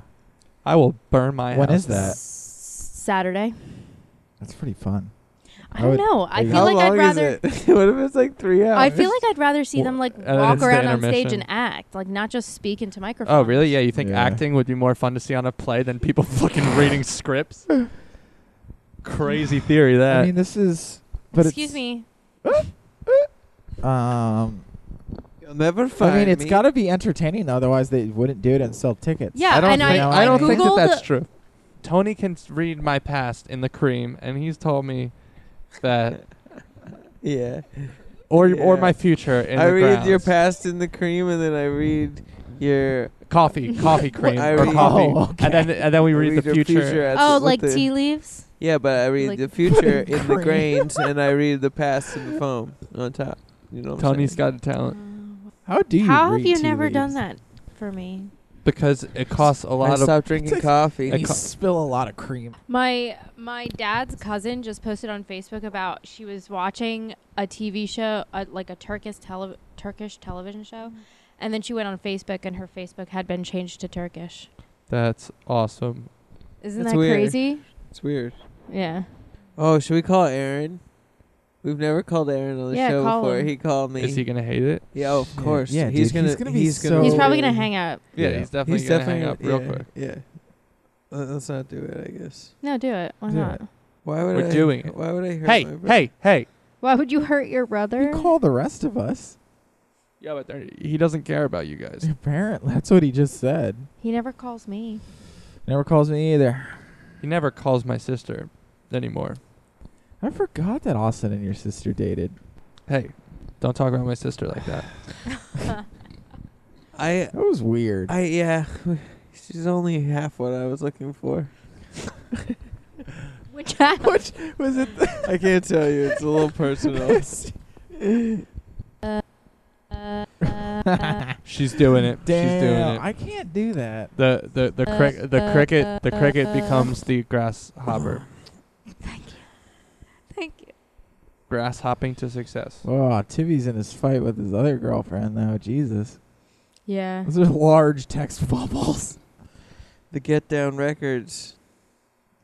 I will burn my
When
house.
is that?
s- Saturday.
That's pretty fun.
I
I
don't
would-
know. I
How
feel like I'd rather
is it? what if it's like three hours?
I feel like I'd rather see
Wha-
them
uh,
like
and then
walk
it's the
around on stage
intermission.
and act, like not just speak into microphones.
Oh, really? Yeah, you think
Yeah.
acting would be more fun to see on a play than people fucking reading scripts? Crazy theory that.
I mean, this is. But
Excuse me.
me. Um.
You'll never find
I mean, it's
me.
got to be entertaining, otherwise they wouldn't do it and sell tickets.
Yeah,
I don't
and
think,
I,
I,
I
don't think that
Googled-
that's true. Tony can s- read my past in the cream, and he's told me that,
Yeah.
or or
Yeah.
my future in
I
the
read your
grounds.
past in the cream and then I read your
coffee, coffee cream,
I
or
read-
coffee,
Oh, okay.
and then and then we read, the future.
as
Oh,
what
like
the-
tea leaves?
Yeah, but I read
Like-
the future in the
Cream.
grains, and I read the past in the foam on top. You know what I'm
Tony's
saying?
got a talent
How do you?
How have
read
you
tea
never done that
leaves?
for me?
because it costs a lot
I
of.
stopped drinking coffee.
I
You
co-
spill a lot of cream.
My my dad's cousin just posted on Facebook about she was watching a TV show, uh like a Turkish tele- Turkish television
Mm.
show, and then she went on Facebook and her Facebook had been changed to Turkish.
That's awesome.
Isn't
That's
that
weird.
crazy?
It's weird.
Yeah.
Oh, should we call Aaron? We've never called Aaron on the
Yeah,
show
call
before.
him.
He called me.
Is he gonna hate it?
yeah, of
Yeah,
course.
yeah,
he's,
dude,
gonna,
he's gonna be
he's gonna.
so-
He's probably
really-
gonna hang up.
Yeah,
Yeah.
he's definitely
he's
gonna
definitely
hang up real
yeah,
quick.
Yeah. Let- Let's not do it. I guess.
No, do it. Why
Do
not?
it. Why would
We're
I?
doing it.
Why would I? Hurt
Hey,
my bro-
hey, hey.
Why would you hurt your brother?
You call the rest of us.
Yeah, but they're- he doesn't care about you guys.
Apparently, that's what he just said.
he never calls me.
Never calls me either.
He never calls my sister anymore.
I forgot that Austin and your sister dated.
Hey, don't talk about my sister like that.
I.
That was weird.
I yeah. She's only half what I was looking for.
Which
Which was it?
I can't tell you. It's a little personal.
Uh,
She's doing it. She's doing
Damn,
it.
I can't do that.
the the the, cric- the cricket the cricket becomes the grasshopper.
Thank you.
Grass hopping to success.
Oh, Tivy's in his fight with his other girlfriend now. Jesus,
Yeah.
those are large text bubbles.
the Get Down Records.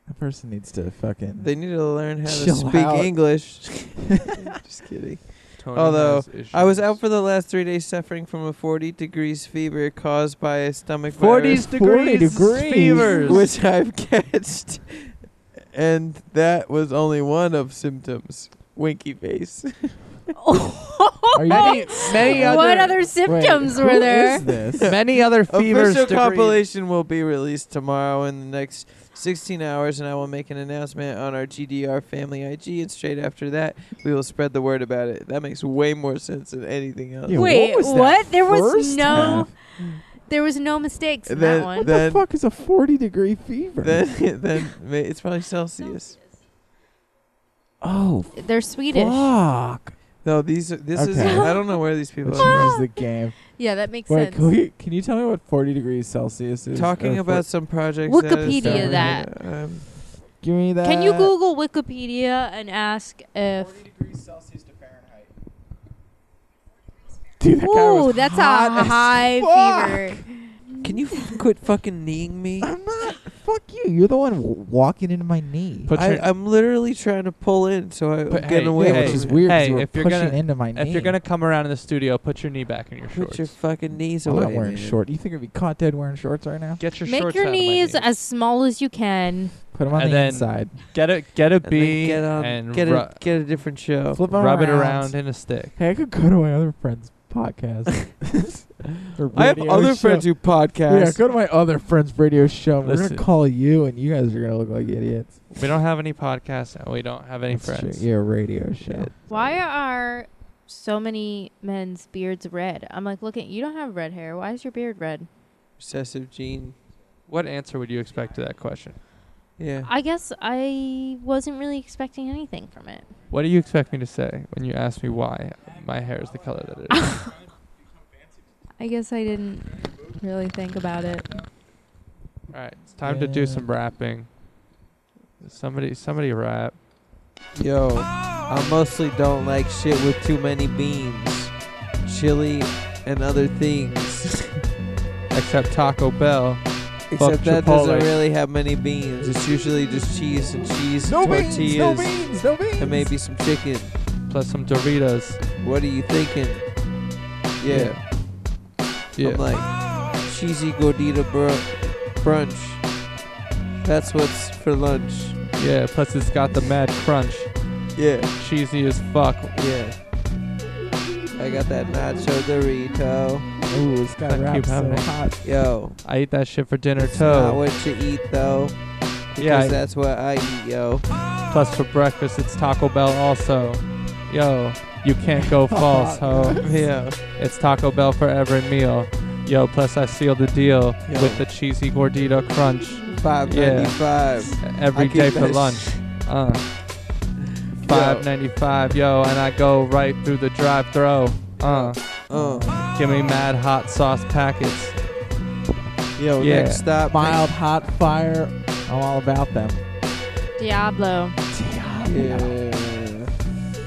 That person needs to fucking.
They need to learn how to
Chill
speak
out.
English. Just kidding.
Tony
Although,
has issues.
I was out for the last three days suffering from a 40 degrees fever caused by a stomach
40
virus,
40
degrees,
degrees.
fevers.
which I've catched. And that was only one of symptoms. Winky face.
Are you-
many many
what
other,
other
Wait,
symptoms
who
were there?
is this?
many other fevers.
Official
degree-
compilation will be released tomorrow in the next 16 hours, and I will make an announcement on our GDR family IG. And straight after that, we will spread the word about it. That makes way more sense than anything else.
Yeah, what
Wait,
was that
what? There was
first
no-
half?
There was no mistakes in
Then-
that one.
What the
Then-
fuck is a 40 degree fever?
Then, then ma- it's probably Celsius.
oh,
They're Swedish.
fuck.
No, these. are- This is.
Okay.
I don't know where these people
That
are.
changes the game.
Yeah, that makes
Wait,
sense.
can, we, can you tell me what 40 degrees Celsius is?
Talking
Or
about
four-
some projects.
Wikipedia
that.
that.
is done, um,
Give me that.
Can you Google Wikipedia and ask if?
degrees Celsius to Fahrenheit. Dude, that guy
Ooh,
was
that's
hot
a
as
high
fuck.
fever.
can you f- quit fucking kneeing me?
I'm not. Fuck you. You're the one w- walking into my knee.
Put
I,
your-
I'm literally trying to pull in, so I, am
Put-
getting
hey,
away.
yeah,
hey,
which
from
is
it.
weird. 'cause
hey,
you were
if you're
pushing
gonna-
into my knee.
If you're gonna come around in the studio, put your knee back in your
Put
shorts.
your fucking knees
I'm
away.
not wearing
dude.
shorts. You think I'd be caught dead wearing shorts right now?
Get your
Make
shorts
your
out of my
knees
knee.
as small as you can.
Put them on
And
the
then-
inside.
Get a get a
And then
B
get on,
and
get
ru-
a get a different show.
Flip 'em
rub it
around.
around in a stick.
Hey, I could go to my other friend's podcast. Or
I have
radio
other
show.
friends who
Yeah,
podcast.
go to my other friend's radio show. and We're
Listen.
gonna call you, and you guys are gonna look like idiots.
We don't have any podcasts and we don't have any
That's true.
friends.
Yeah, radio show.
Why are so many men's beards red? I'm like, look at you. Don't have red hair. Why is your beard red?
Obsessive gene.
What answer would you expect to that question?
Yeah.
I guess I wasn't really expecting anything from it.
What do you expect me to say when you ask me why my hair is the color that it is?
I guess I didn't really think about it.
All right, it's time to do
Yeah.
some rapping. Somebody, somebody rap.
Yo, I mostly don't like shit with too many beans, chili, and other things.
Except Taco Bell.
Except that doesn't
Chipotle.
really have many beans. It's usually just cheese and cheese, tortillas,
beans, no beans.
and maybe some chicken.
plus some Doritos.
What are you thinking? Yeah,
Yeah.
I'm like cheesy gordita br- brunch. That's what's for lunch.
yeah. Plus it's got the mad crunch.
Yeah,
Cheesy as fuck.
yeah. I got that nacho Dorito.
Ooh, it's got
Thank you,
wraps so
Pablo.
hot.
Yo,
I eat that shit for dinner
It's not
too.
what you eat though. Because
Oh. Yeah, I-
that's what I eat, yo.
Plus for breakfast it's Taco Bell also. Yo, you can't go false, ho.
Yeah.
It's Taco Bell for every meal. Yo, plus I seal the deal
Yo.
with the cheesy gordita crunch.
Five ninety five.
Every day for lunch. Uh. Five ninety five, yo, and I go right through the drive throw. Uh.
Uh.
Give me mad hot sauce packets.
Yo,
Yeah.
next stop.
Mild, hot fire. I'm all about them.
Diablo.
Yeah.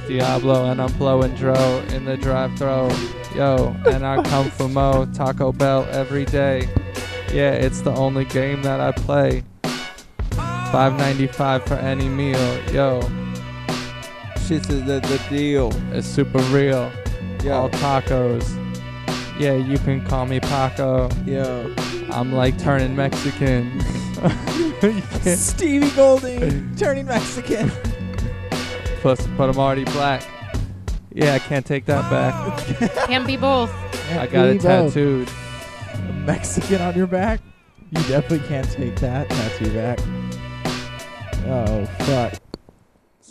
Diablo and I'm blowing dro in the drive throw. Yo, and I come for Mo Taco Bell every day. Yeah, it's the only game that I play. 5.95 for any meal. Yo,
Shit's the, the deal.
it's super real.
Yo.
All tacos. Yeah, you can call me Paco.
Yo.
I'm like turning Mexican. You can't-
Stevie Golding turning Mexican.
Plus, but I'm already black. Yeah, I can't take that back.
Can't be both.
I got it
Leave out.
tattooed.
A Mexican on your back. You definitely can't take that tattoo back. Oh fuck.
Let's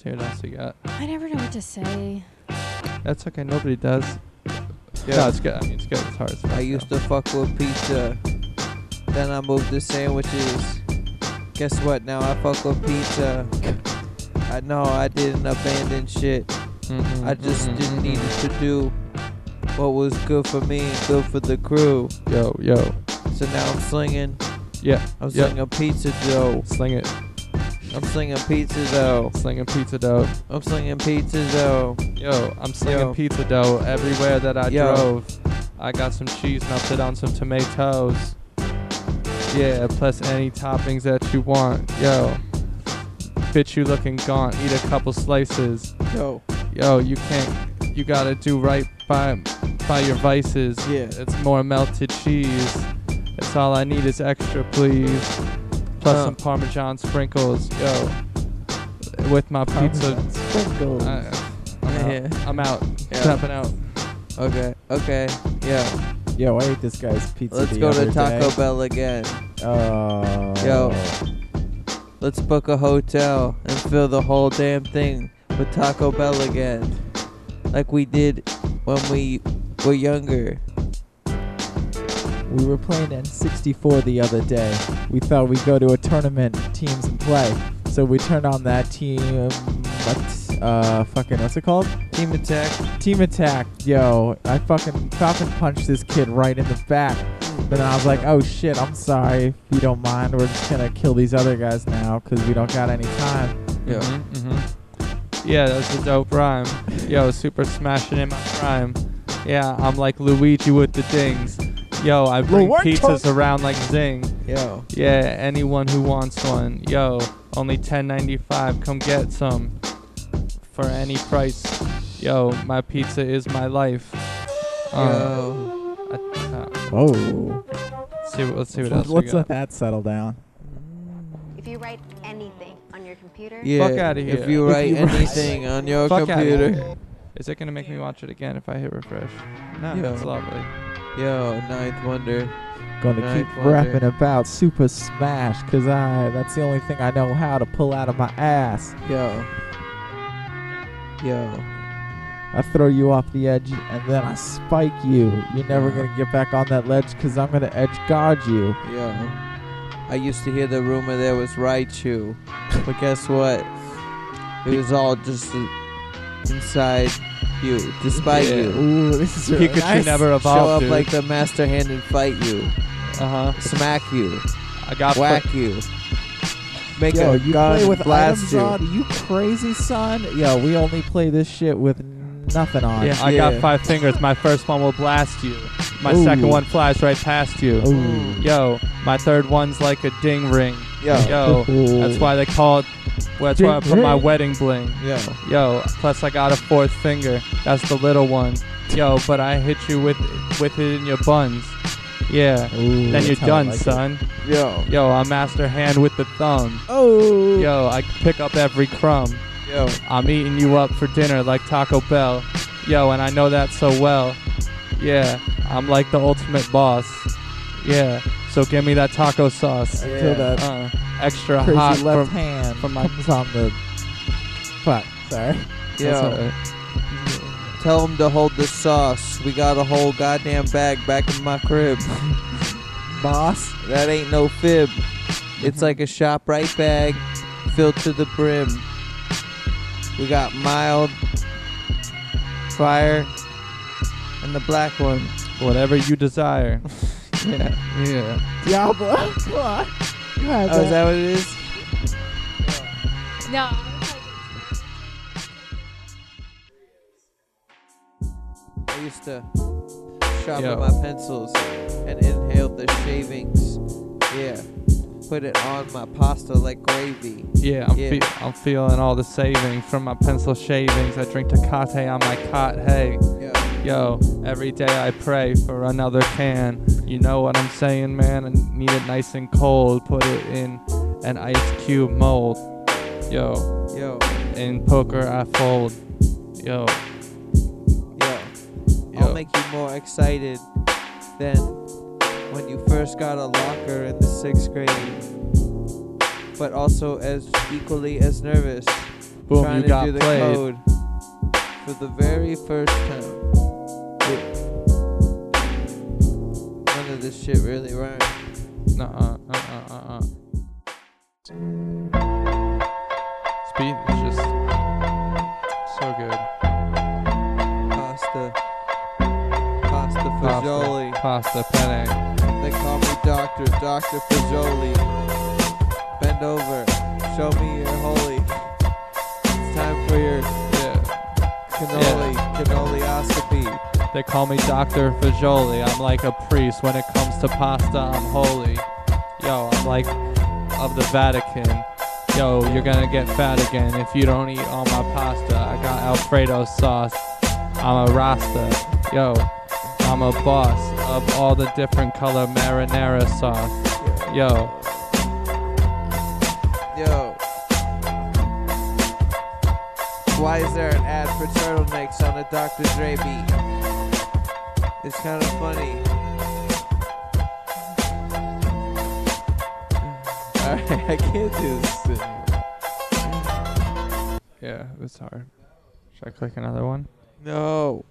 see what else you got.
I never know what to say.
That's okay. Nobody does. Yeah,
Yeah.
it's good. I mean, it's good. It's hard. It's
I
fast,
used
though.
to fuck with pizza. Then I moved to sandwiches. Guess what? Now I fuck with pizza. I know I didn't abandon shit.
Mhm,
I just
mhm,
didn't
mhm.
need to do what was good for me and good for the crew.
mm-hmm. Yo, yo.
So now I'm slinging.
Yeah.
I'm
yeah.
slinging pizza dough.
Sling it.
I'm slinging pizza dough.
Slinging pizza dough.
I'm slinging pizza dough.
Yo, I'm slinging
Yo.
pizza dough everywhere that I
Yo.
drove. I got some cheese melted on some tomatoes. Yeah, plus any toppings that you want. Yo. Bitch, you looking gaunt. Eat a couple slices.
Yo.
Yo, you can't. You gotta do right by by your vices.
Yeah.
It's more melted cheese. That's all I need is extra, please. Plus
Uh.
some Parmesan sprinkles. Yo, with my pizza. Uh,
Parmesan sprinkles.
I, I'm out.
Yeah.
I'm out.
Yeah.
Tapping out.
Okay. Okay. Yo.
Yo, I ate this guy's pizza.
Let's
the
go to
other
Taco
day.
Bell again.
Oh.
Yo. Let's book a hotel and fill the whole damn thing with Taco Bell again. Like we did when we were younger.
We were playing N64 the other day. We thought we'd go to a tournament, teams, and play. So we turned on that team. What? Uh, fucking, what's it called?
Team Attack.
Team Attack. Yo, I fucking top and punched this kid right in the back. But then I was like, oh shit, I'm sorry. If you don't mind, we're just gonna kill these other guys now because we don't got any time.
Yo.
Mm-hmm, Yeah, that's a dope rhyme. Yo, super smashing in my prime. Yeah, I'm like Luigi with the dings. Yo, I bring
Luigi.
pizzas around like zing.
Yo.
Yeah, anyone who wants one. Yo, only 10.95. Come get some for any price. Yo, my pizza is my life. Uh,
Yo.
I- uh,
Whoa.
let's see, what- let's see what else
Let's,
we
let's
got.
let that settle down.
If you write anything on your computer,
Yeah.
outta
If
here.
you
If
write
you write-
anything on your
Fuck outta here.
computer.
Is it gonna make me watch it again if I hit refresh? No,
Yo.
that's lovely.
Yo, Ninth Wonder.
Gonna
Night
keep
Wonder.
rapping about Super Smash because I that's the only thing I know how to pull out of my ass.
Yo. Yo.
I throw you off the edge and then I spike you. You're never gonna get back on that ledge because I'm gonna edge guard you.
Yo. I used to hear the rumor there was Raichu. But guess what? It was all just uh, inside you, despite
Yeah.
you.
Ooh, this is really
Pikachu
nice.
never
show up
evolved, dude.
like the master hand and fight you,
uh huh.
smack you,
I got fu-
Uh-huh. whack you, make
Yo,
a
you
gun
play with
blast
items
you.
on? Are you crazy, son? Yo, we only play this shit with nothing on.
Yeah, I
Yeah.
got five fingers. My first one will blast you. My
Ooh.
second one flies right past you.
Mm.
Ooh.
Yo, my third one's like a ding ring.
Yo.
Yo, that's why they call it. Well, that's why I
Ding
put my
ring.
wedding bling.
Yo,
Yo, plus I got a fourth finger. That's the little one. Yo, but I hit you with with it in your buns. Yeah.
Ooh,
then you're
that's how I
done,
like it.
son.
yo,
Yo, I master hand with the thumb.
Oh.
Yo, I pick up every crumb.
yo,
I'm eating you up for dinner like Taco Bell. Yo, and I know that so well. Yeah, I'm like the ultimate boss. Yeah, so give me that taco sauce.
Until that
Uh, extra
crazy
hot
left
from.
hand
from my-
comes on the. Fuck. Sorry.
That's uh,
yo.
alright.
Tell him to hold the sauce. We got a whole goddamn bag back in my crib. Boss? That ain't no fib. It's like a shop right bag filled to the brim. We got mild, fire, and the black one.
Whatever you desire.
yeah. Yeah.
Diablo. Come on. You had
Oh, is that what it is?
No.
I used to sharpen
Yo.
my pencils and inhale the shavings. Yeah. Put it on my pasta like gravy.
Yeah, I'm, Fe- I'm feeling all the savings from my pencil shavings. I drink Tecate on my cot, hey. Yo, every day I pray for another can. You know what I'm saying, man? I need it nice and cold. Put it in an ice cube mold. Yo.
Yo.
In poker, I fold. Yo.
Yo. I'll make you more excited than when you first got a locker in the sixth grade. But also as equally as nervous.
Boom,
trying
you
to
got
do the
played.
code for the very first time. None of this shit really rhymes.
Nuh-uh, uh-uh, uh-uh. Speed is just so good.
Pasta. Pasta
Pasta,
Fajoli.
Pasta penne.
They call me Doctor, Doctor Fajoli. Bend over, show me your holy. It's time for your cannoli, cannolioscopy.
They call me Dr. Fajoli. I'm like a priest when it comes to pasta. I'm holy. Yo, I'm like of the Vatican. Yo, you're gonna get fat again if you don't eat all my pasta. I got Alfredo sauce. I'm a Rasta. Yo, I'm a boss of all the different color marinara sauce. Yo,
Yo. Why is there an ad for turtlenecks on a Dr. Dre beat? It's kind of funny. Alright, I can't do this anymore.
yeah, it was hard. Should I click another one?
No.